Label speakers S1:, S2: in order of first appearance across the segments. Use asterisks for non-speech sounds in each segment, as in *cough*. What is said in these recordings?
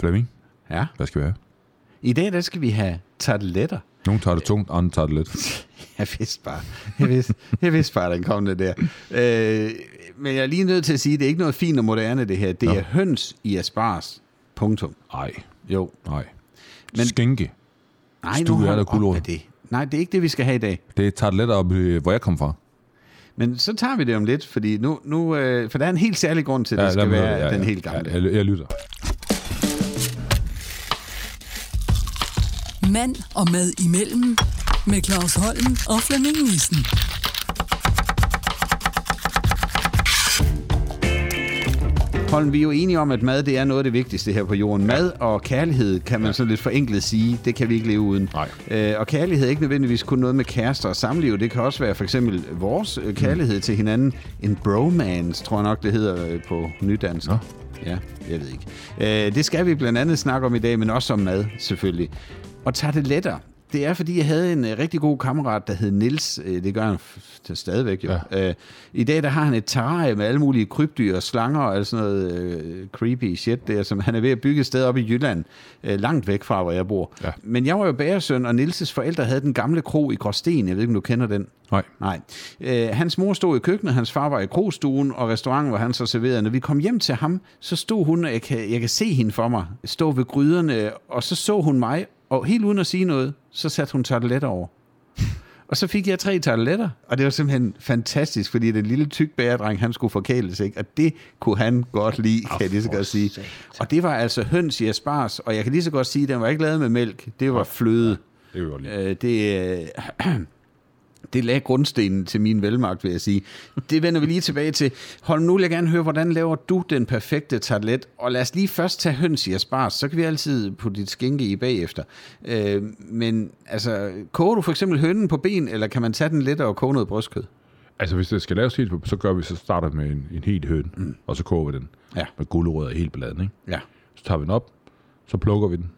S1: Flemming,
S2: Ja.
S1: hvad skal vi have?
S2: I dag, der skal vi have tarteletter.
S1: Nogle tager det tungt, andre tager det lidt.
S2: Jeg vidste bare, jeg vidste, jeg vidste bare, den kom det der. Øh, men jeg er lige nødt til at sige, det er ikke noget fint og moderne, det her. Det
S1: Nå.
S2: er høns i asparges. Punktum.
S1: Nej,
S2: Jo.
S1: nej. Men,
S2: Men-
S1: Skænke.
S2: Nej,
S1: Stue er
S2: hold
S1: der
S2: op
S1: gulerod.
S2: med det. Nej, det er ikke det, vi skal have i dag.
S1: Det tager det lettere, op, øh, hvor jeg kom fra.
S2: Men så tager vi det om lidt, fordi nu, nu øh, for der er en helt særlig grund til, at det
S1: lad
S2: skal
S1: mig
S2: være
S1: høre det.
S2: den helt gamle.
S1: Ja, jeg, jeg lytter.
S3: Mand og mad imellem med Claus Holm og Flemming Nissen.
S2: Holm, vi er jo enige om, at mad det er noget af det vigtigste her på jorden. Mad og kærlighed, kan man sådan lidt forenklet sige, det kan vi ikke leve uden.
S1: Nej.
S2: Øh, og kærlighed er ikke nødvendigvis kun noget med kærester og samliv. Det kan også være for eksempel vores øh, kærlighed til hinanden. En bromance, tror jeg nok, det hedder øh, på nydansk.
S1: Nå.
S2: Ja, jeg ved ikke. Øh, det skal vi blandt andet snakke om i dag, men også om mad, selvfølgelig. Og tager det lettere. Det er, fordi jeg havde en øh, rigtig god kammerat, der hed Nils. Det gør han f- f- stadigvæk jo.
S1: Ja.
S2: Ja. Øh, I dag der har han et terrarie med alle mulige krybdyr og slanger og alt sådan noget øh, creepy shit der, som han er ved at bygge et sted op i Jylland, øh, langt væk fra, hvor jeg bor.
S1: Ja.
S2: Men jeg var jo bagersøn, og Nils' forældre havde den gamle kro i Gråsten. Jeg ved ikke, om du kender den?
S1: Nej.
S2: Nej. Øh, hans mor stod i køkkenet, hans far var i krogstuen og restauranten, hvor han så serverede. Når vi kom hjem til ham, så stod hun, og jeg kan, jeg kan se hende for mig, stå ved gryderne, og så så hun mig, og helt uden at sige noget, så satte hun tarteletter *laughs* over. Og så fik jeg tre tarteletter, og det var simpelthen fantastisk, fordi den lille tyk bæredreng, han skulle forkæles, ikke? og det kunne han godt lide, kan jeg lige så godt sige. Og det var altså høns i asparges, og jeg kan lige så godt sige, at den var ikke lavet med mælk, det var fløde.
S1: Det kan vi godt lide.
S2: Øh, det, *clears throat* øh, det lagde grundstenen til min velmagt, vil jeg sige. Det vender vi lige tilbage til. Holm, nu vil jeg gerne høre, hvordan laver du den perfekte tartlet? Og lad os lige først tage høns i asparges, så kan vi altid putte dit skinke i bagefter. Øh, men altså, koger du for eksempel hønnen på ben, eller kan man tage den lidt og koge noget brystkød?
S1: Altså, hvis det skal laves helt, så gør vi, så starter vi med en, en helt høn, mm. og så koger vi den
S2: Ja.
S1: med gulerødder og helt bladen, ikke?
S2: Ja,
S1: Så tager vi den op, så plukker vi den,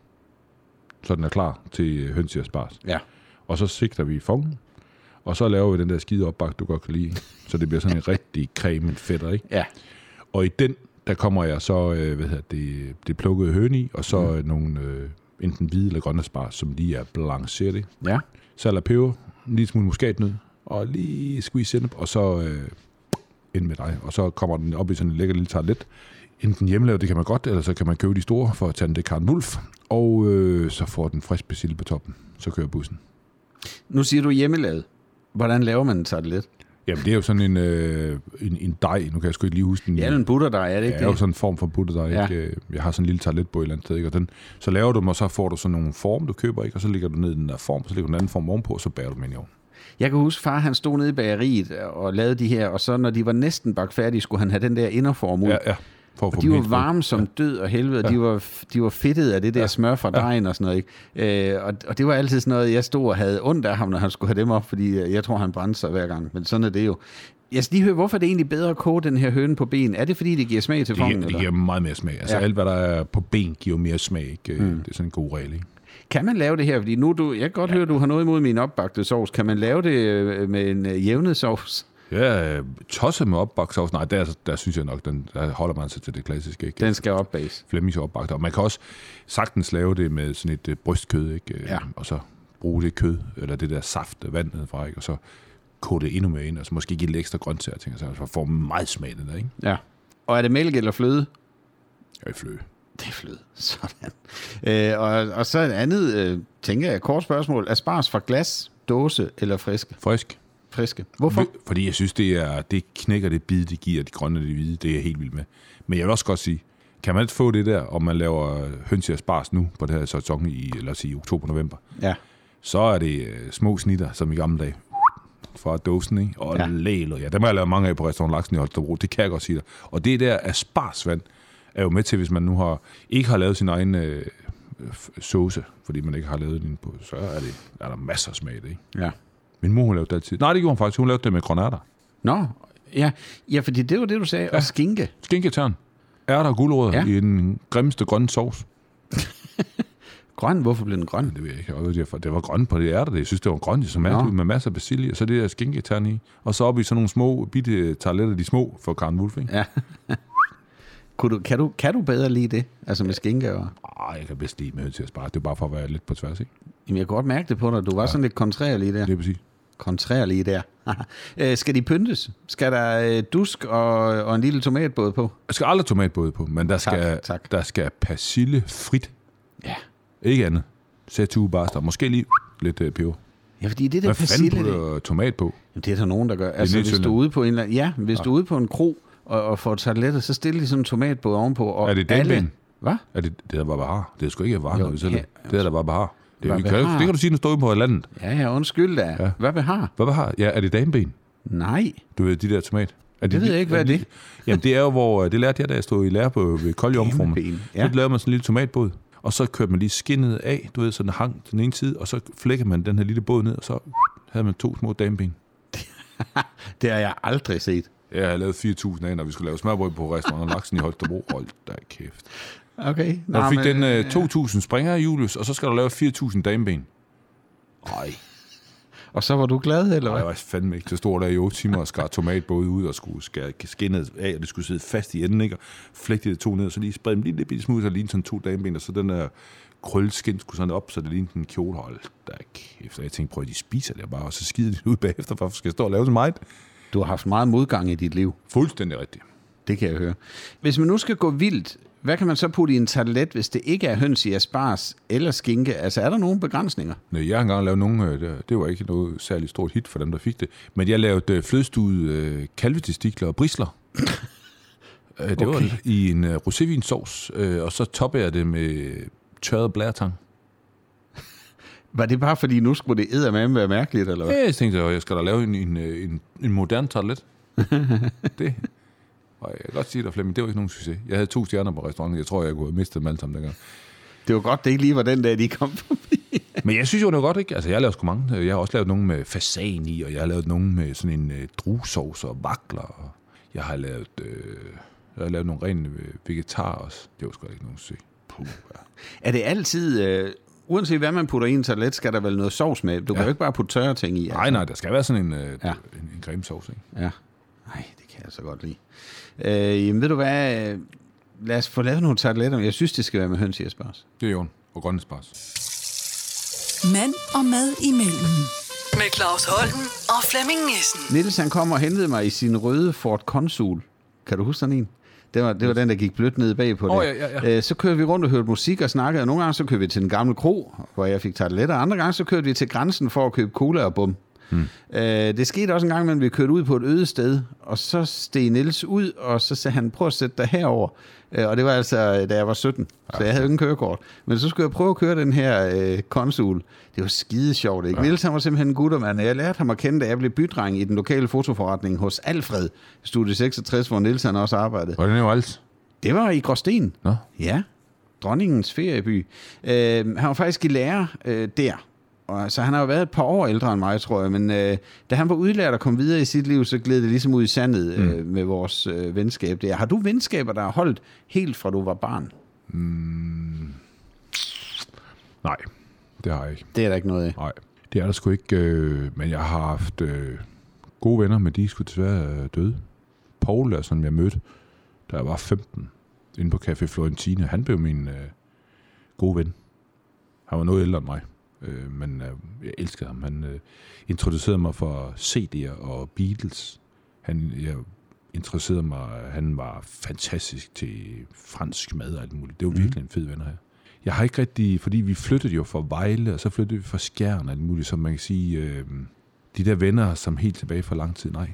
S1: så den er klar til øh, høns i asparges.
S2: ja.
S1: Og så sigter vi i fongen, og så laver vi den der skide opbagt, du godt kan lide. Så det bliver sådan *laughs* en rigtig cremet fætter, ikke?
S2: Ja,
S1: Og i den, der kommer jeg så, øh, hvad hedder det, det plukkede høne i, og så mm. nogle øh, enten hvide eller grønne spar, som lige er blanceret i.
S2: ja.
S1: Salt og peber, en lille smule muskatnød, og lige squeeze sennep, og så øh, ind med dig. Og så kommer den op i sådan en lækker lille tarlet. Enten hjemmelavet, det kan man godt, eller så kan man købe de store for at tage den til Karen Wulf. Og øh, så får den frisk persille på toppen. Så kører bussen.
S2: Nu siger du hjemmelavet. Hvordan laver man en tartlet?
S1: Jamen, det er jo sådan en, øh, en, en dej. Nu kan jeg sgu ikke lige huske den.
S2: Ja, det er en butterdej, er det
S1: Det
S2: ikke
S1: er jo
S2: det?
S1: sådan en form for butter, der
S2: Ja.
S1: ja. ikke, øh, jeg har sådan en lille tarlet på et eller andet sted, ikke? og den, så laver du dem, og så får du sådan nogle form, du køber, ikke? og så lægger du ned i den der form, så lægger du en anden form ovenpå, og så bærer du dem ind i ovnen.
S2: Jeg kan huske, far han stod nede i bageriet og lavede de her, og så når de var næsten bagt færdige, skulle han have den der inderform ud.
S1: Ja, ja. For at få dem
S2: Og de var
S1: helt fri.
S2: varme som død og helvede, og de var, de var fedtet af det der smør fra dejen og sådan noget. Ikke? Øh, og, og det var altid sådan noget, jeg stod og havde ondt af ham, når han skulle have dem op, fordi øh, jeg tror, han brændte sig hver gang. Men sådan er det jo. Jeg skal lige høre, hvorfor er det egentlig bedre at koge den her høne på ben? Er det, fordi det giver smag til
S1: Det,
S2: fongen?
S1: giver, det
S2: eller?
S1: giver meget mere smag. Altså
S2: Ja.
S1: ja. alt, hvad der er på ben, giver mere smag. Ikke? Mm. Det er sådan en god regel. Ikke?
S2: Kan man lave det her? Fordi nu, er du, jeg kan godt høre, du har noget imod min opbagte sovs. Kan man lave det øh, med en øh, jævnet sovs?
S1: Ja, øh, tosset med opbagt sovs. Nej, der, der synes jeg nok, den, der holder man sig til det klassiske. Ikke?
S2: Den skal opbages.
S1: Flemmings opbagt. Og man kan også sagtens lave det med sådan et øh, brystkød, ikke? Øh,
S2: Ja.
S1: og så bruge det kød, eller det der saft af vandet fra, ikke? og så koge det endnu mere ind, og så måske give lidt ekstra grøntsager ting, og så så får man meget smag af det der, ikke?
S2: Ja. Og er det mælk eller fløde?
S1: Ja, i fløde.
S2: Det er fløde. *laughs* Sådan. Øh, og, og så et andet, øh, tænker jeg, kort spørgsmål. Aspars fra glas, dåse eller friske?
S1: Frisk.
S2: Friske. Hvorfor?
S1: Vi- Fordi jeg synes, det, er, det knækker det bid, det giver de grønne og de hvide, det er jeg helt vild med. Men jeg vil også godt sige, kan man ikke få det der, om man laver høns i asparges nu på det her sæson i, lad os sige, oktober-november,
S2: Ja.
S1: så er det øh, små snitter, som i gamle dage fra dåsen, ikke? Og
S2: Ja.
S1: ja. læler, ja. Dem har jeg lavet mange af på restaurant Laksen i Holstebro, det kan jeg godt sige dig. Og det der asparsvand er jo med til, hvis man nu har, ikke har lavet sin egen øh, f- sauce, fordi man ikke har lavet den på, så er, det, er der masser af smag i det, ikke?
S2: ja.
S1: Min mor, hun lavede det altid. Nej, det gjorde hun faktisk. Hun lavede det med granater.
S2: Nå, ja. ja, fordi det var det, du sagde. Ja. Og skinke.
S1: Skinketern. Ærter og gulerødder
S2: Ja.
S1: ja. i den grimmeste grønne sovs.
S2: Grøn, hvorfor blev den grøn?
S1: Det ved jeg ikke. Og det er for- Det var grønne på det ærter. det. Jeg synes, det var grønt. Det så
S2: Nå.
S1: mærkeligt ud med masser af persille. Og så det der skinketern i. Og så op i sådan nogle små bitte tarletter, de små for Karen Wolf. Ikke?
S2: Ja. Kunne du, kan, du, kan du bedre lide det? Altså med skinke og...
S1: Ah, jeg kan bedst lide med til at spare. Det er bare for at være lidt på tværs, ikke?
S2: Jamen, jeg kunne godt mærke det på dig. Du var ja. sådan lidt kontrær lige der.
S1: Det er præcis.
S2: Kontrær lige der. *laughs* Øh, Skal de pyntes? Skal der øh, dusk og, og en lille tomatbåd på?
S1: Der skal aldrig tomatbåde på, men der skal,
S2: tak.
S1: Der skal persille frit.
S2: Ja.
S1: Ikke andet. Sæt bare Måske lige lidt øh, peber.
S2: Ja, fordi det der
S1: Hvad fanden
S2: persille, det,
S1: putter tomat på?
S2: Jamen, det er der nogen, der gør. Altså,
S1: nede i
S2: hvis du er
S1: Sønderjylland.
S2: ude på en eller anden, ja, hvis ja. du er ude på en kro og, og får tarteletter, så stiller de sådan en tomatbåd ovenpå. Og
S1: Er det
S2: alle-
S1: dalben?
S2: Hvad?
S1: Er det, det der var bare Det er sgu ikke varer,
S2: Jo,
S1: når vi sælger.
S2: ja,
S1: det. Det er der var bare det, er,
S2: Hvad
S1: jo- kan,
S2: behar?
S1: det kan du sige, den står ude på landet.
S2: Ja, ja, undskyld da. Ja. Hvad behar?
S1: Hvad har? Ja, er det dameben?
S2: Nej.
S1: Du ved, de der tomat. Er
S2: Det ved jeg ikke, hvad er det?
S1: Jamen, det er jo, hvor øh, det lærte jeg, da jeg stod i lære på ved Koldjomfruen.
S2: Dameben, ja.
S1: Ja. Så lavede man sådan en lille tomatbåd, og så kørte man lige skinnet af, du ved, sådan hang den ene side, og så flækkede man den her lille båd ned, og så havde man to små dameben.
S2: Det har jeg aldrig set.
S1: Ja, jeg lavede 4.000 af, når vi skulle lave smørbrød på restaurant Laksen i Holstebro. Hold da kæft.
S2: Okay.
S1: Når du
S2: nå,
S1: fik
S2: men-
S1: den øh, 2.000 springer i julus, og så skal du lave 4.000 dameben. Nej,
S2: Og så var du glad, eller
S1: Og
S2: hvad?
S1: jeg var fandme ikke. Så stod der i 8 timer og skar tomat både ud og skulle skære skinnet af, og det skulle sidde fast i enden, ikke? Og flægte det to ned, og så lige spredte dem lige lidt bitte smule, så det lignede sådan to dameben, og så den der krølskin skulle sådan op, så det lignede en kjole. Hold da kæft. Og jeg tænkte, prøv at de spiser det bare, og så skider de det ud bagefter. Hvorfor skal jeg stå og lave så meget?
S2: Du har haft meget modgang i dit liv.
S1: Fuldstændig rigtigt.
S2: Det kan jeg høre. Hvis man nu skal gå vildt, hvad kan man så putte i en tartelet, hvis det ikke er høns i asparges eller skinke? Altså, er der nogle begrænsninger?
S1: Nej, jeg har engang lavet nogle, øh, det- det var ikke noget særligt stort hit for dem, der fik det, men jeg lavede øh, flødestude øh, kalvetestikler og *laughs* brisler. Øh, det okay. var i en øh, rosévinsauce, øh, og så toppede jeg det med tørret blæretang.
S2: Var det bare fordi, nu skulle det eddermame være mærkeligt, eller hvad?
S1: Ja, jeg Øh, tænkte, at jeg skal da lave en, en, øh, en, en moderne *laughs* toilet. det. Og jeg kan godt sige dig, Flemming, det var ikke nogen succes. Jeg havde to stjerner på restauranten. Jeg tror, jeg kunne have mistet dem alle sammen dengang.
S2: Det var godt, det ikke lige var den dag, de kom forbi.
S1: Men jeg synes jo, det var godt, ikke? Altså, jeg har lavet sgu mange. Jeg har også lavet nogle med fasan i, og jeg har lavet nogle med sådan en øh, druesauce og vakler. Og jeg har lavet, øh, jeg har lavet nogle rene øh, vegetar også. Det var sgu da ikke nogen succes. Puh, ja.
S2: Er det altid, øh, uanset hvad man putter i en tartelet, skal der vel noget sovs med? Du ja. kan jo ikke bare putte tørre ting i.
S1: Nej, nej, der skal være sådan en, øh,
S2: Ja.
S1: ja. en, en creme sauce, ikke?
S2: Ja. Nej, det kan jeg så godt lide. Øh, jamen, ved du hvad? øh, Lad os få lavet nogle tarteletter. Jeg synes, det skal være med høns i asparges.
S1: Det er jo en og grønne spars.
S3: Mand og mad imellem. Med Claus Holm og Flemming Nissen.
S2: Niels, han kom og hentede mig i sin røde Ford Consul. Kan du huske sådan en? Det var, det var den, der gik blødt ned bag på det.
S1: Åh, ja, ja,
S2: Øh, Så kørte vi rundt og hørte musik og snakkede, og nogle gange så kørte vi til den gamle kro, hvor jeg fik tarteletter, og andre gange så kørte vi til grænsen for at købe cola og bum. Hmm. Det skete også en gang, men vi kørte ud på et øde sted, og så steg Niels ud, og så sagde han, prøv at sætte dig herover. Øh, Og det var altså, øh, da jeg var 17, så jeg havde jo ingen kørekort. Men så skulle jeg prøve at køre den her øh, konsul. Det var skide sjovt, ikke? Ja. Niels han var simpelthen en guttermand, og jeg lærte ham at kende, da jeg blev bydreng i den lokale fotoforretning hos Alfred, studie 66, hvor Niels han også arbejdede.
S1: Hvordan er jo alt?
S2: Det var i Gråsten.
S1: Nå?
S2: Ja, dronningens ferieby. Øh, han var faktisk i lærer øh, der. Og, så han har jo været et par år ældre end mig, tror jeg. Men øh, da han var udlært og kom videre i sit liv, så gled det ligesom ud i sandet
S1: Mm.
S2: øh, med vores øh, venskab der. Har du venskaber, der har holdt helt fra du var barn?
S1: Nej, det har jeg ikke.
S2: Det er der ikke noget af.
S1: Nej, det er der sgu ikke. Øh, men jeg har haft øh, gode venner, men de er sgu desværre øh, døde. Paul, der, som jeg mødte, da jeg var 15, inde på Café Florentina, han blev min øh, gode ven. Han var noget ældre end mig, øh, men øh, jeg elskede ham. Han øh, introducerede mig for CD'er og Beatles. Han jeg interesserede mig, han var fantastisk til fransk mad og alt muligt. Det var virkelig en fed ven her. Jeg har ikke rigtig, fordi vi flyttede jo fra Vejle, og så flyttede vi fra Skjern og alt muligt, så man kan sige, øh, de der venner, som helt tilbage for lang tid, nej.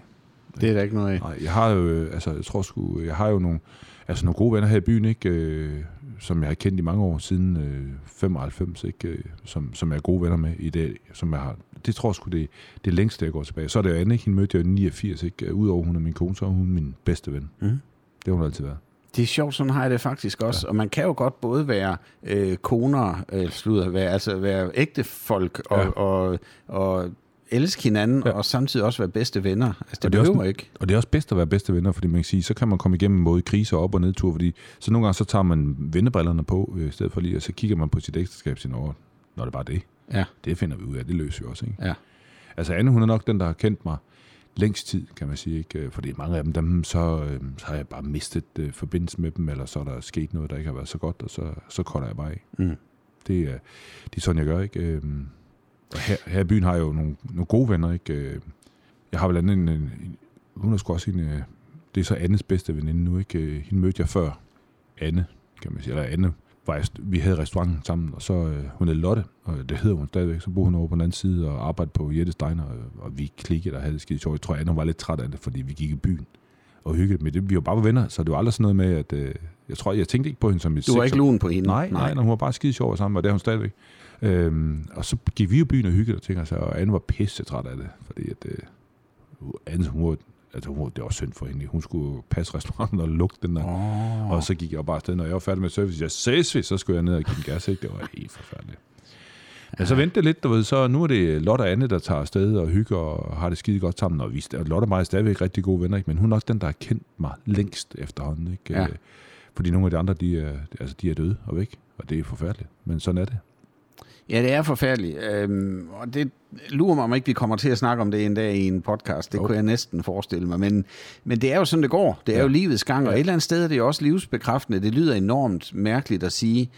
S2: Det er der ikke noget af.
S1: Nej, jeg har jo, øh, altså, jeg tror sgu, jeg har jo nogle, altså nogle gode venner her i byen, ikke? Øh, som jeg har kendt i mange år siden øh, 95, ikke? Øh, som, som jeg er gode venner med i dag, som jeg har, det tror jeg sgu, det, det er længst, jeg går tilbage. Så er det jo Anne, ikke? Hende mødte jeg i 89, ikke? Udover hun er min kone, så er hun min bedste ven. Mm. Det har hun altid været.
S2: Det er sjovt, sådan har jeg det faktisk også. Ja. Og man kan jo godt både være øh, koner, øh, slutter, være, altså være ægte folk og, ja.
S1: Ja.
S2: og, og, og elske hinanden, ja. og samtidig også være bedste venner. Altså, det,
S1: Og
S2: det
S1: er
S2: behøver
S1: også,
S2: ikke.
S1: Og det er også bedst at være bedste venner, fordi man kan sige, så kan man komme igennem både kriser og op- og nedtur, fordi så nogle gange så tager man vennebrillerne på, øh, i stedet for lige, og så kigger man på sit ægteskab sin over, når det bare er det.
S2: Ja,
S1: Det finder vi ud af, det løser vi også, ikke?
S2: ja.
S1: Altså Anne, hun er nok den, der har kendt mig længst tid, kan man sige. Ikke? Øh, Fordi mange af dem, dem så, øh, så har jeg bare mistet øh, forbindelse med dem, eller så er der sket noget, der ikke har været så godt, og så, så kolder jeg bare af.
S2: Mm.
S1: Det, er, det er sådan, jeg gør. Ikke? Øh, og her, her i byen har jeg jo nogle, nogle gode venner. Ikke? Øh, Jeg har blandt andet en, en, en hun er sgu også en, øh, det er så Annes bedste veninde nu. Ikke? Øh, Hende mødte jeg før Anne, kan man sige. Eller Anne var jeg, vi havde restauranten sammen, og så øh, hun hed Lotte, og det hedder hun stadigvæk. Så boede hun over på den anden side og arbejdede på Jette Steiner, og, og vi klikkede og havde det skide sjovt. Jeg tror, Anne hun var lidt træt af det, fordi vi gik i byen og hyggede med det. Vi var bare venner, så det var aldrig sådan noget med, at øh, jeg tror, jeg tænkte ikke på hende som et
S2: Du var
S1: sex-
S2: ikke lun på hende?
S1: Nej, nej, nej, hun var bare skide sjov sammen, og det er hun stadigvæk. Øhm, og så gik vi jo i byen og hyggede og tænker sig, og Anne var pisse træt af det, fordi at, øh, Anne, hun var, altså, hun var, det var synd for hende. Hun skulle passe restauranten og lukke den der.
S2: Oh.
S1: Og så gik jeg bare afsted, når jeg var færdig med service. Jeg ses vi, så skulle jeg ned og give den gas, ikke? Det var helt forfærdeligt. Men så ventede lidt, du ved, så nu er det Lotte og Anne, der tager afsted og hygger og har det skide godt sammen. Og, vi, og Lotte og mig er stadigvæk rigtig gode venner, ikke? men hun er også den, der har kendt mig længst efterhånden. Ikke?
S2: Ja.
S1: Øh, Fordi nogle af de andre, de er, altså, de er døde og væk, og det er forfærdeligt. Men sådan er det.
S2: Ja, det er forfærdeligt. Øhm, og det lurer mig, om ikke vi kommer til at snakke om det en dag i en podcast. Det
S1: Jo.
S2: kunne jeg næsten forestille mig. Men, men det er jo sådan, det går. Det er
S1: Ja.
S2: jo livets gang, og et eller andet sted er det jo også livsbekræftende. Det lyder enormt mærkeligt at sige.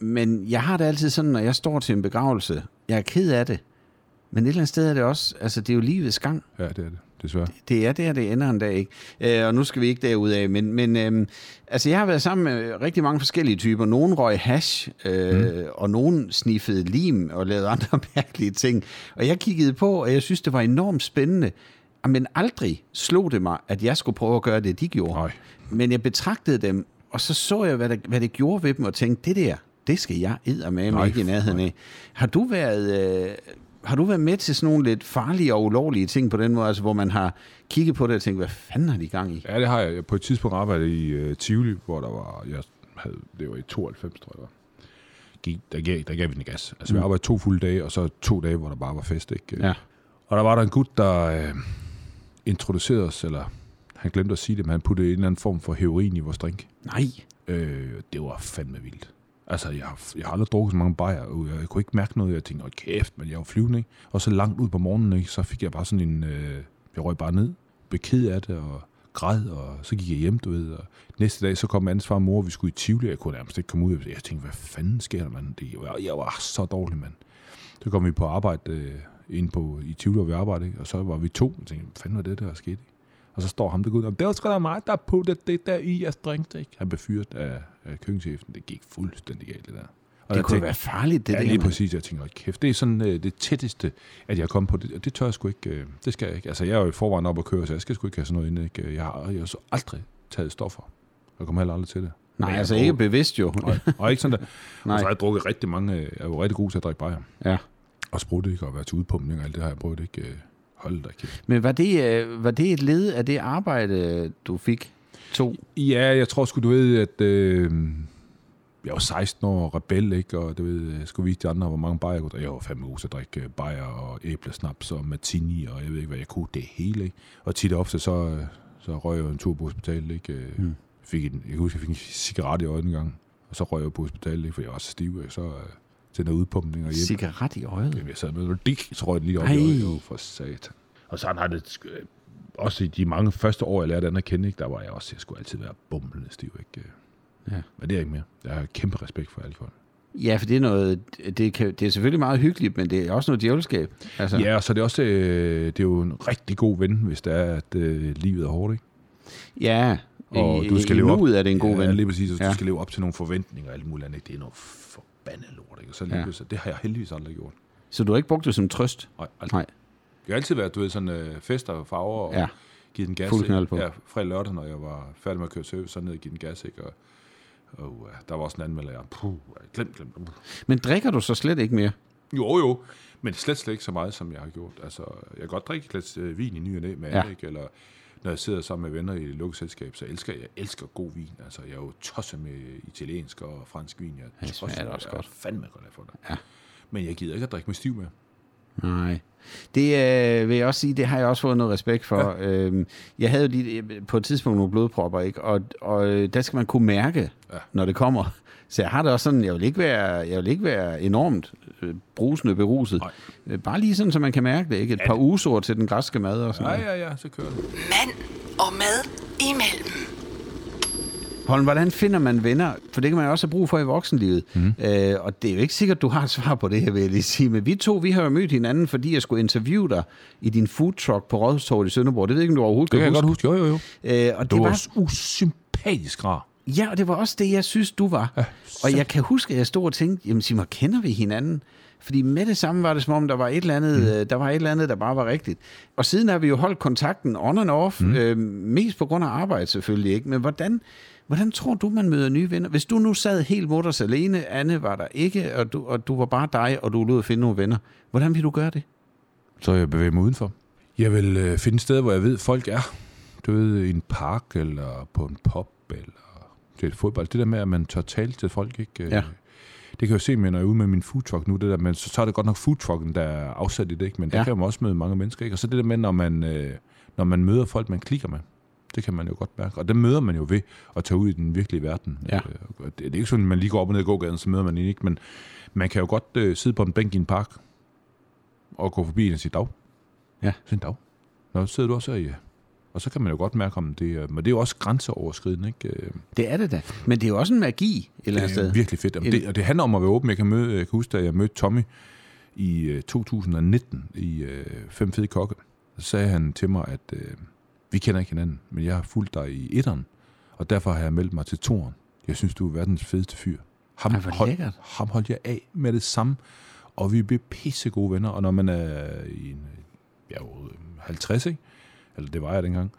S2: Men jeg har det altid sådan, når jeg står til en begravelse. Jeg er ked af det. Men et eller andet sted er det også, altså det er jo livets gang.
S1: Ja, det er det, desværre.
S2: Det er der, det ender en dag, ikke? Øh, og nu skal vi ikke derudaf, men, men øhm, altså, jeg har været sammen med rigtig mange forskellige typer. Nogen røg hash, øh, mm. og nogen sniffede lim og lavede andre *laughs* mærkelige ting. Og jeg kiggede på, og jeg synes, det var enormt spændende. Ah, Men aldrig slog det mig, at jeg skulle prøve at gøre det, de gjorde.
S1: Nej.
S2: Men jeg betragtede dem, og så så jeg, hvad det, hvad det gjorde ved dem, og tænkte, det der, det skal jeg eddermame
S1: Nej,
S2: med ikke i nærheden af. Har du været... Øh, har du været med til sådan nogle lidt farlige og ulovlige ting på den måde, altså hvor man har kigget på det og tænkt, hvad fanden har de gang i?
S1: Ja, det har jeg. Jeg på et tidspunkt arbejdede i øh, Tivoli, hvor der var, jeg havde, det var i 92, tror jeg. det var. Gik, der, gav, der gav vi den gas. Altså, vi arbejdede to fulde dage, og så to dage, hvor der bare var fest, ikke?
S2: Ja.
S1: Og der var der en gut, der øh, introducerede os, eller han glemte at sige det, men han puttede en eller anden form for heroin i vores drink.
S2: Nej.
S1: Øh, det var fandme vildt. Altså, jeg har, jeg har aldrig drukket så mange bajer, og jeg, kunne ikke mærke noget. Jeg tænkte, hold kæft, men jeg var flyvende, ikke? Og så langt ud på morgenen, ikke, så fik jeg bare sådan en... Øh, jeg røg bare ned, blev ked af det, og græd, og så gik jeg hjem, du ved. Og næste dag, så kom andens far og mor, og vi skulle i Tivoli, og jeg kunne nærmest ikke komme ud. Jeg tænkte, hvad fanden sker der, mand? Det, jeg, var, jeg var så dårlig, mand. Så kom vi på arbejde, øh, ind på, i Tivoli, hvor vi arbejdede, ikke? og så var vi to. Jeg tænkte, hvad fanden var det, der er sket? Ikke? Og så står ham der ud, og det var sgu da mig, der puttede det der i jeres drink, ikke? Han blev fyret af, af køkkenchefen. Det gik fuldstændig galt, det der. Og
S2: Det
S1: jeg
S2: kunne
S1: tænkte,
S2: være farligt, det
S1: ja,
S2: der.
S1: lige
S2: mand.
S1: præcis. Jeg tænker, "Hold kæft, det er sådan øh, det tætteste, at jeg kom på det. Og det tør jeg sgu ikke. Øh, det skal jeg ikke. Altså, jeg er jo i forvejen op at køre, så jeg skal sgu ikke have sådan noget inde. Ikke? Jeg har jeg har så aldrig taget stoffer. Jeg kommer heller aldrig til det. Men
S2: Nej,
S1: jeg
S2: altså
S1: har
S2: ikke
S1: drukket-
S2: bevidst jo.
S1: Nej, og ikke sådan der.
S2: *laughs* Nej.
S1: Og så har jeg drukket rigtig mange. øh, Jeg er jo rigtig god til at drikke bajer.
S2: Ja.
S1: Og sprutte, ikke? Og være til udpumpning og alt det har jeg prøvet, ikke? Øh, Hold da kæft.
S2: Men var det, øh, var det et led af det arbejde, du fik? To?
S1: Ja, jeg tror sgu, du ved, at øh, jeg var 16 år og rebel, ikke? Og du ved, øh, jeg skulle vise de andre, hvor mange bajer jeg kunne drikke. Jeg var fandme god til at drikke øh, bajer og æblesnaps og martini, og jeg ved ikke, hvad jeg kunne det hele, ikke? Og tit og ofte, så, øh, så røg jeg jo en tur på hospitalet, ikke? Mm. Fik en, jeg kan huske, jeg fik en cigaret i øjet en gang, og så røg jeg på hospitalet, ikke? For jeg var så stiv, ikke? Så øh, til noget udpumpning og hjem.
S2: Cigaret i øjet?
S1: Jamen, jeg sad med noget dik, så røg det lige op
S2: Ej.
S1: i øjet. Jo, for satan. Og sådan har det sk- øh, også i de mange første år, jeg lærte andet at kende, ikke, der var jeg også, jeg skulle altid være bumblende stiv, ikke? øh.
S2: Ja.
S1: Men det er jeg ikke mere. Jeg har kæmpe respekt for alkohol.
S2: Ja, for det er noget, det, kan, det er selvfølgelig meget hyggeligt, men det er også noget djævelskab. Altså,
S1: Ja, og så er det også, øh, det er jo en rigtig god ven, hvis det er, at øh, livet er hårdt, ikke?
S2: ja
S1: Og du skal
S2: i
S1: leve op.
S2: nuet er det en god
S1: ja,
S2: ven.
S1: lige præcis. Og ja.
S2: Ja.
S1: du skal leve op til nogle forventninger og alt muligt andet. Det er noget forbandet lort, ikke? Og så lige
S2: Ja.
S1: ja. det har jeg heldigvis aldrig gjort.
S2: Så du har ikke brugt det som trøst?
S1: Nej, aldrig.
S2: Nej.
S1: Jeg har altid været, du ved, sådan øh, fester og farver og
S2: Ja.
S1: ja. givet den gas.
S2: Fuld
S1: ikke?
S2: knald på.
S1: Ja, fredag lørdag, når jeg var færdig med at køre service, så ned og give den gas, ikke? Og, og uh, der var også en anmelder, jeg puh, øh, glem, glem, glem.
S2: Men drikker du så slet ikke mere?
S1: Jo, jo, men slet, slet ikke så meget, som jeg har gjort. Altså, jeg kan godt drikke et glas øh, vin i ny og næ med
S2: Ja.
S1: ja. ikke? Eller når jeg sidder sammen med venner i et lukket selskab, så elsker jeg, jeg elsker god vin. Altså, jeg er jo tosset med italiensk og fransk vin. Jeg
S2: smager da
S1: tosset,
S2: også
S1: jeg er
S2: godt.
S1: fandme godt af for det.
S2: Ja.
S1: Men jeg gider ikke at drikke mig stiv med.
S2: Nej. Det øh, vil jeg også sige, det har jeg også fået noget respekt for. Ja. Øhm, jeg havde jo lige, øh, på et tidspunkt nogle blodpropper, ikke? Og, og øh, der skal man kunne mærke, ja. når det kommer. Så jeg har det også sådan, jeg vil ikke være, jeg vil ikke være enormt øh, brusende beruset.
S1: Nej.
S2: Øh, Bare lige sådan, så man kan mærke det, ikke? Et par ugesord til den græske mad og sådan noget.
S1: ja, ja, så kører det.
S3: Mand og mad imellem.
S2: Holm, hvordan finder man venner? For det kan man jo også have brug for i voksenlivet.
S1: Mhm.
S2: Mm. Øh, og det er jo ikke sikkert, du har et svar på det her, vil jeg lige sige. Men vi to, vi har jo mødt hinanden, fordi jeg skulle interviewe dig i din food truck på Rådhustorvet i Sønderborg. Det ved jeg ikke, om du overhovedet
S1: Det kan jeg
S2: huske.
S1: godt huske. Jo, jo, jo.
S2: Øh, og
S1: Du
S2: det
S1: var
S2: var,
S1: også usympatisk rar.
S2: ja, og det var også det, jeg synes, du var. Ja, og jeg kan huske, at jeg stod og tænkte, jamen sig mig, kender vi hinanden? Fordi med det samme var det, som om der var et eller andet, mm. der, var et eller andet der bare var rigtigt. Og siden har vi jo holdt kontakten on and off, mm. øh, mest på grund af arbejde selvfølgelig. ikke. Men hvordan, hvordan tror du, man møder nye venner? Hvis du nu sad helt mutters alene, Anne var der ikke, og du, og du var bare dig, og du lød at finde nogle venner. Hvordan vil du gøre det?
S1: Så jeg bevæger mig udenfor. Jeg vil øh, finde et sted, hvor jeg ved, folk er. Du ved, i en park, eller på en pop, eller til et fodbold. Det der med, at man tør tale til folk, ikke? Øh,
S2: Ja.
S1: Det kan jeg jo se, men når jeg er ude med min food truck nu, det der, men så, så er det godt nok food trucken, der er afsat i det, ikke? Men der
S2: Ja.
S1: kan man også møde mange mennesker, ikke? Og så det der med, når man, øh, når man møder folk, man klikker med. Det kan man jo godt mærke. Og det møder man jo ved at tage ud i den virkelige verden.
S2: Ja.
S1: Øh, og Det, det er ikke sådan, at man lige går op og ned i gågaden, så møder man en ikke, men man kan jo godt øh, sidde på en bænk i en park og gå forbi en og sige dag.
S2: Ja.
S1: Så en dag. Nå, så sidder du også her, ja. Og så kan man jo godt mærke, om det er, men det er jo også grænseoverskridende, ikke? Øh,
S2: Det er det da. Men det er jo også en magi et eller andet
S1: det er
S2: sted.
S1: virkelig fedt. Jamen,
S2: Et-
S1: det, og det handler om at være åben. Jeg kan, møde, jeg kan huske, da jeg mødte Tommy i øh, 2019 i øh, Fem Fede Kokke, så sagde han til mig, at øh, vi kender ikke hinanden, men jeg har fulgt dig i etteren, og derfor har jeg meldt mig til toeren. Jeg synes, du er verdens fedeste fyr. Ham,
S2: Ej, hvor lækkert.
S1: ham holdt jeg af med det samme, og vi blev pisse gode venner. Og når man er i en, jeg er jo 50, ikke? eller det var jeg dengang,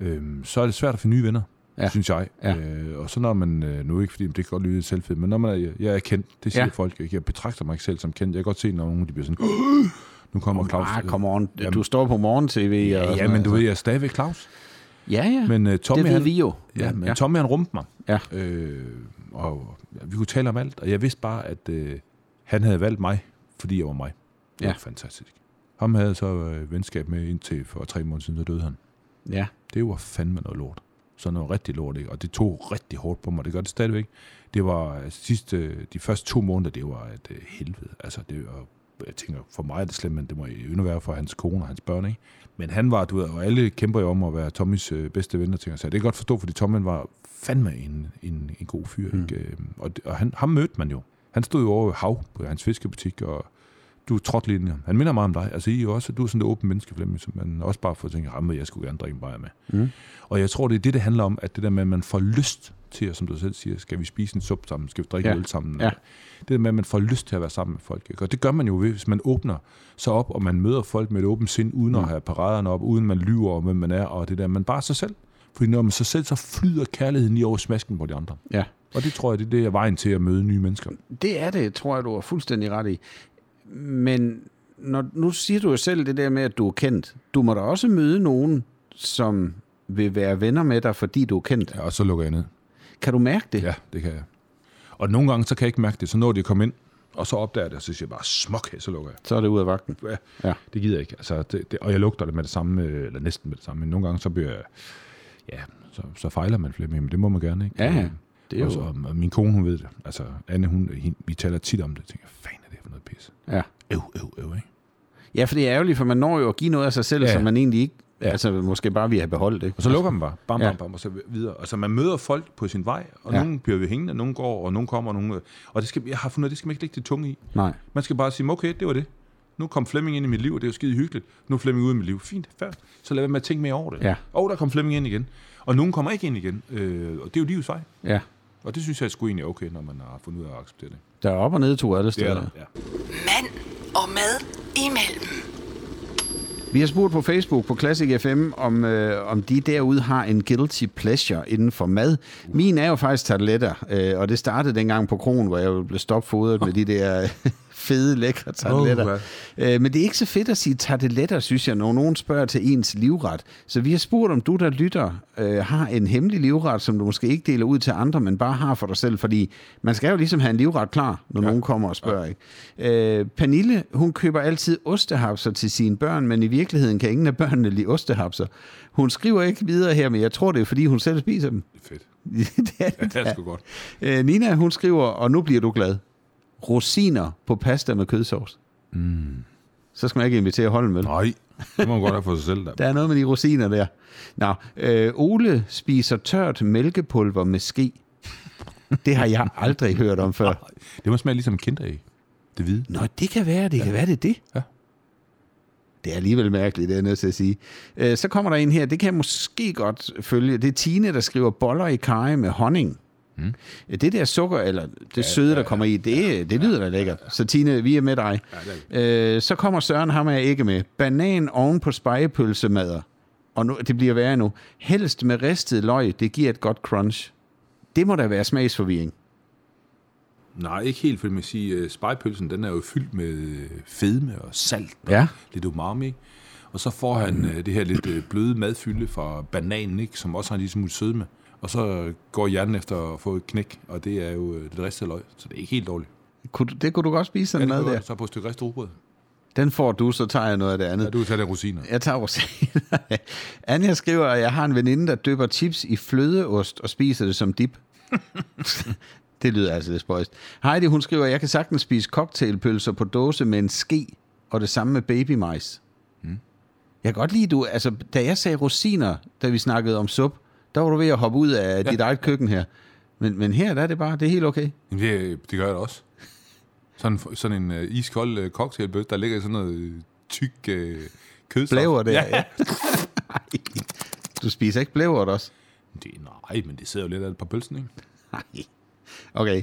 S1: øhm, så er det svært at finde nye venner,
S2: Ja.
S1: ja. synes jeg.
S2: Ja.
S1: Øh, og så når man, øh, nu ikke fordi det kan godt lyde selvfedt, men når man er, jeg er kendt, det siger
S2: Ja.
S1: ja. folk ikke. Jeg betragter mig ikke selv som kendt. Jeg kan godt se, når nogen de bliver sådan, "Åh, nu kommer Claus.
S2: Ah, come on.
S1: Jamen-
S2: Du står på morgen-tv. og
S1: Ja,
S2: sådan
S1: ja, men
S2: noget,
S1: du ved, jeg er stadigvæk Claus.
S2: Ja, ja.
S1: Men uh, Tommy,
S2: altså. det ved
S1: han,
S2: vi jo.
S1: Ja, men
S2: ja.
S1: ja. Tommy han rumpede mig.
S2: Ja.
S1: Øh, og ja, vi kunne tale om alt, og jeg vidste bare, at øh, han havde valgt mig, fordi jeg var mig. Det
S2: Ja.
S1: ja. var fantastisk. Ham havde jeg så øh, venskab med indtil for tre måneder siden, så døde han.
S2: ja.
S1: Det var fandme noget lort. Så noget rigtig lort, ikke? Og det tog rigtig hårdt på mig. Det gør det stadigvæk. Det var øh, sidste, øh, de første to måneder, det var et øh, helvede. Altså, det var, jeg tænker, for mig er det slemt, men det må jo endnu være for hans kone og hans børn, ikke? Men han var, du ved, og alle kæmper jo om at være Tommys øh, bedste ven, og tænker sig. Det kan jeg godt forstå, fordi Tommy han var fandme en, en, en god fyr, mm. ikke? Øh, Og, det- og han, ham mødte man jo. Han stod jo over ved hav på hans fiskebutik, og du er trådt lidt ind i ham. Han minder meget om dig. Altså, I er jo også, du er sådan et åbent menneske, Flemming, som man også bare får tænkt, ramme, jeg skulle gerne drikke en bajer med. Mm. Og jeg tror, det er det, det handler om, at det der med, at man får lyst til, at, som du selv siger, skal vi spise en suppe sammen, skal vi drikke
S2: Ja.
S1: ja. øl sammen.
S2: Ja.
S1: Det der med, at man får lyst til at være sammen med folk. Ikke? Og det gør man jo, ved, hvis man åbner sig op, og man møder folk med et åbent sind, uden
S2: Mm.
S1: at have paraderne op, uden man lyver om, hvem man er, og det der, man bare er sig selv. Fordi når man er sig selv, så flyder kærligheden lige over smasken på de andre.
S2: ja.
S1: Og det tror jeg, det er det, er vejen til at møde nye mennesker.
S2: Det er det, tror jeg, du har fuldstændig ret i. Men når, nu siger du jo selv det der med, at du er kendt. Du må da også møde nogen, som vil være venner med dig, fordi du er kendt.
S1: Ja, og så lukker jeg ned.
S2: Kan du mærke det?
S1: Ja, det kan jeg. Og nogle gange, så kan jeg ikke mærke det. Så når de kommer ind, og så opdager jeg det, og så siger jeg bare, smuk, så lukker jeg.
S2: Så er det ud af vagten.
S1: Ja,
S2: Ja.
S1: Det gider jeg ikke. Altså, det, det, og jeg lugter det med det samme, øh, eller næsten med det samme. Men nogle gange, så bliver jeg, ja, så, så fejler man flere men det må man gerne, ikke?
S2: Ja, ja.
S1: Øh,
S2: Det er
S1: og, så,
S2: jo...
S1: og min kone, hun ved det. Altså, Anne, hun, hende, vi taler tit om det. Jeg tænker, fanden er det for noget pis?
S2: Ja.
S1: Øv, øv, øv, ikke?
S2: ja, for det er ærgerligt, for man når jo at give noget af sig selv, ja.
S1: Ja.
S2: som man egentlig ikke... Ja.
S1: Ja.
S2: Altså, måske bare vi har beholdt, ikke?
S1: Og så lukker man bare. Bam, bam,
S2: Ja.
S1: ja. bam, og så videre. Og så man møder folk på sin vej, og
S2: Ja.
S1: ja. nogen bliver ved hængende, og nogen går, og nogen kommer, og nogen... øh, Og det skal, jeg har fundet, ud af, det skal man ikke lægge det tunge i.
S2: Nej.
S1: Man skal bare sige, okay, det var det. Nu kom Flemming ind i mit liv, og det er jo skide hyggeligt. Nu er Flemming ude i mit liv. Fint, færdigt. Så lad være med at tænke mere over det.
S2: Ja.
S1: Og der kom Flemming ind igen. Og nogen kommer ikke ind igen. Øh, og det er jo livets vej.
S2: Ja.
S1: Og det synes jeg er sgu egentlig okay, når man har fundet ud af at acceptere det.
S2: Der er op og ned to alle
S1: Det
S2: steder.
S1: er der. Ja.
S3: Mand og mad imellem.
S2: Vi har spurgt på Facebook på Classic FM, om, øh, om de derude har en guilty pleasure inden for mad. Min er jo faktisk tarteletter, øh, og det startede dengang på kronen, hvor jeg jo blev stopfodret med de der fede, lækre tarteletter.
S1: Åh,
S2: Øh, men det er ikke så fedt at sige tarteletter, synes jeg, når nogen spørger til ens livret. Så vi har spurgt, om du, der lytter, øh, har en hemmelig livret, som du måske ikke deler ud til andre, men bare har for dig selv. Fordi man skal jo ligesom have en livret klar, når ja. nogen kommer og spørger. Ikke? Øh, Pernille, hun køber altid ostehapser til sine børn, men i virkeligheden kan ingen af børnene lide ostehapser. Hun skriver ikke videre her, men jeg tror, det er, fordi hun selv spiser dem. *laughs*
S1: Det er fedt.
S2: det er,
S1: Ja, det er sgu godt.
S2: Øh, Nina, hun skriver, og nu bliver du glad. Rosiner på pasta med kødsovs. Mm. Så skal man ikke invitere Holm, vel?
S1: Nej, det må man godt have for sig selv. Der.
S2: Der er noget med de rosiner der. Nå, øh, Ole spiser tørt mælkepulver med ske. Det har jeg aldrig hørt om før.
S1: Det må smage ligesom kinderæg. Det hvide.
S2: Nå, det kan være, det kan være, det er det.
S1: Ja.
S2: Det er alligevel mærkeligt, det er jeg nødt til at sige. Øh, så kommer der en her, det kan jeg måske godt følge. Det er Tine, der skriver boller i karry med honning. Mm. Det der sukker, eller det ja, søde, der kommer i, det, det lyder da lækkert. Så Tine, vi er med dig. Ja, øh, så kommer Søren, ham er jeg ikke med. Banan oven på spejepølsemader. Og nu, det bliver værre nu. Helst med ristet løg, det giver et godt crunch. Det må da være smagsforvirring.
S1: Nej, ikke helt, for man kan sige, øh, spejpølsen, den er jo fyldt med øh, fedme og salt.
S2: Ja.
S1: lidt umami. Og så får han øh, det her lidt øh, bløde madfylde fra bananen, ikke, som også har en lille smule sødme. Og så går hjernen efter at få et knæk, og det er jo øh, det ristede løg, så det er ikke helt dårligt.
S2: Kunne, du- det kunne du godt spise sådan
S1: det
S2: noget
S1: kunne
S2: der.
S1: godt. så på et stykke ristet rugbrød.
S2: Den får du, så tager jeg noget af det andet.
S1: Ja, du kan tage det rosiner.
S2: Jeg tager rosiner. *laughs* Anja skriver, at jeg har en veninde, der døber chips i flødeost og spiser det som dip. *laughs* det lyder altså lidt spøjst. Heidi, hun skriver, at jeg kan sagtens spise cocktailpølser på dåse med en ske, og det samme med babymajs. Mm. Jeg kan godt lide, du, altså, da jeg sagde rosiner, da vi snakkede om sup, der var du ved at hoppe ud af ja. dit eget køkken her. Men, men her der er det bare, det er helt okay.
S1: Jamen, det, det gør jeg da også. Sådan, sådan en øh, iskold øh, cocktailbøf, der ligger i sådan noget øh, tyk øh, kødstof.
S2: Blæver det.
S1: Ja.
S2: Ja. *laughs* du spiser ikke blævert også?
S1: det. Nej, men det sidder jo lidt af et par pølsen, ikke?
S2: Nej. Okay.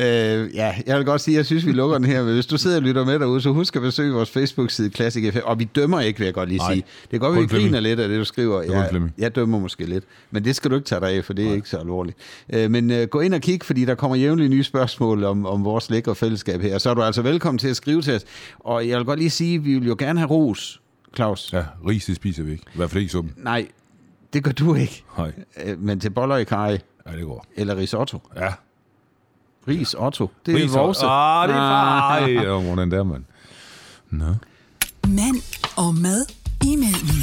S2: Øh, ja, jeg vil godt sige, at jeg synes, vi lukker den her. Men hvis du sidder og lytter med derude, så husk at besøge vores Facebook-side Classic FM. Og vi dømmer ikke, vil jeg godt lige
S1: Nej.
S2: sige. Det kan godt være, vi
S1: Kun Flemming.
S2: griner lidt af det, du skriver.
S1: er kun
S2: Jeg,
S1: Flemming.
S2: jeg dømmer måske lidt. Men det skal du ikke tage dig af, for det er ikke så alvorligt. Øh, men øh, gå ind og kig, fordi der kommer jævnligt nye spørgsmål om, om vores lækre fællesskab her. Så er du altså velkommen til at skrive til os. Og jeg vil godt lige sige, at vi vil jo gerne have ros, Claus. Ja.
S1: Ja, ris, det spiser vi ikke. I hvert fald ikke i suppen.
S2: Nej, det gør du ikke.
S1: Nej,
S2: Øh, men til boller i kaj
S1: ja, det går.
S2: eller risotto.
S1: Ja,
S2: Ris Otto. Det er
S1: Ris
S2: ris
S1: og-
S2: Vose.
S1: Ah, det er far. Ej,
S2: Ah.
S1: ja, hvordan der, mand. Nå.
S3: Mand og mad imellem.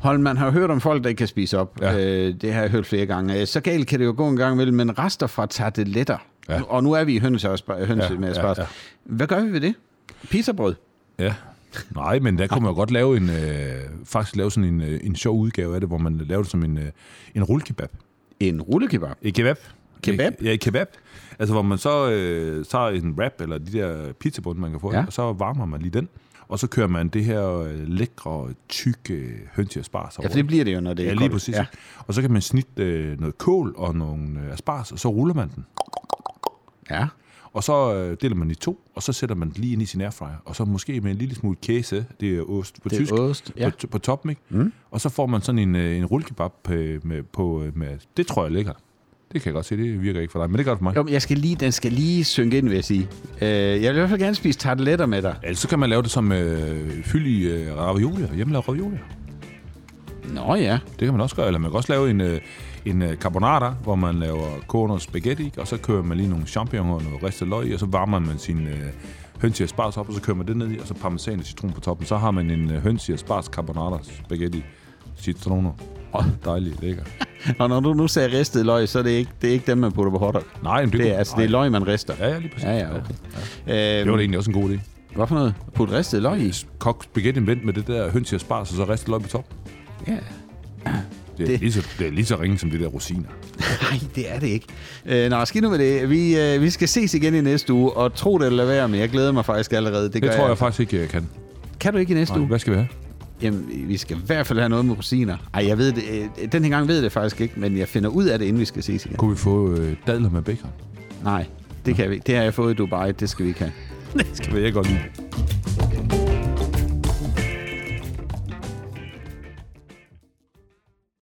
S2: Holm, man har hørt om folk, der ikke kan spise op.
S1: Ja.
S2: Ja. Øh, det har jeg hørt flere gange. Øh, Så galt kan det jo gå en gang imellem, men rester fra tarteletter.
S1: Ja.
S2: Ja. Og nu er vi i hønse, og spa- hønse
S1: Ja,
S2: med at
S1: ja,
S2: spørge.
S1: ja.
S2: Ja, ja. Hvad gør vi ved det? Pizzabrød?
S1: Ja. Nej, men der kunne man jo godt lave en, øh, faktisk lave sådan en, øh, en sjov udgave af det, hvor man laver det som en, øh, en rullekebab.
S2: En rullekebab?
S1: Et kebab.
S2: Kebab?
S1: Et, ja, et kebab. Altså, hvor man så øh, tager en wrap, eller de der pizzabund, man kan få, ja.
S2: Ja.
S1: og så varmer man lige den, og så kører man det her øh, lækre, tykke høns i asparges
S2: Ja,
S1: over.
S2: for det bliver det jo, når det er
S1: ja, lige
S2: koldt.
S1: præcis. Ja. Og så kan man snitte øh, noget kål og nogle øh, asparges, og så ruller man den.
S2: Ja.
S1: Og så øh, deler man i to, og så sætter man den lige ind i sin airfryer. Og så måske med en lille smule kæse, det er ost på
S2: Det er
S1: tysk,
S2: ost, ja.
S1: på, på toppen. Ikke? Mm. Og så får man sådan en, øh, en rullekebab øh, med, på, øh, med, det tror jeg er lækkert. Det kan jeg godt se, det virker ikke for dig, men det gør det for mig.
S2: Jo, men jeg skal lige, den skal lige synke ind, vil jeg sige. Øh, jeg vil i hvert fald gerne spise tarteletter med dig.
S1: Ellers Altså, så kan man lave det som øh, fyld i øh, ravioli, hjemmelavet ravioli.
S2: Nå ja.
S1: Det kan man også gøre, eller man kan også lave en, øh, en øh, carbonara, hvor man laver koger noget spaghetti, og så kører man lige nogle champignoner og noget ristet løg i, og så varmer man sin øh, høns i asparges op, og så kører man det ned i, og så parmesan og citron på toppen. Så har man en øh, høns i asparges carbonara spaghetti citroner. Åh, oh, dejligt, lækker.
S2: Og når du nu sagde ristet løg, så er det ikke, det er ikke dem, man putter på hotdog.
S1: Nej, men det,
S2: Det
S1: kunne-
S2: er, altså, det er
S1: nej.
S2: løg, man rister.
S1: Ja, ja, lige præcis.
S2: Ja, ja, okay.
S1: Det var
S2: Øhm,
S1: da egentlig også en god idé.
S2: hvad for noget? Put ristet løg i?
S1: Kok spaghetti vendt med det der høns i asparges, og så ristet løg på toppen.
S2: Ja.
S1: Det er, det.
S2: Det-
S1: Lige så, det er lige så ringe som det der rosiner.
S2: Nej, det er det ikke. Øh, nå, skidt nu med det. Vi, øh, vi skal ses igen i næste uge, og tro det eller lad være, men jeg glæder mig faktisk allerede. Det,
S1: Det
S2: gør
S1: tror jeg
S2: jeg.
S1: faktisk ikke, jeg kan.
S2: Kan du ikke i næste
S1: Nej,
S2: uge?
S1: hvad skal vi have?
S2: Jamen, vi skal i hvert fald have noget med rosiner. Ej, jeg ved det. Øh, den her gang ved jeg det faktisk ikke, men jeg finder ud af det, inden vi skal ses igen.
S1: Kunne vi få øh, dadler med bacon?
S2: Nej, det kan vi ikke. Det har jeg fået i Dubai. Det skal vi ikke have.
S1: Det skal vi ikke godt lide.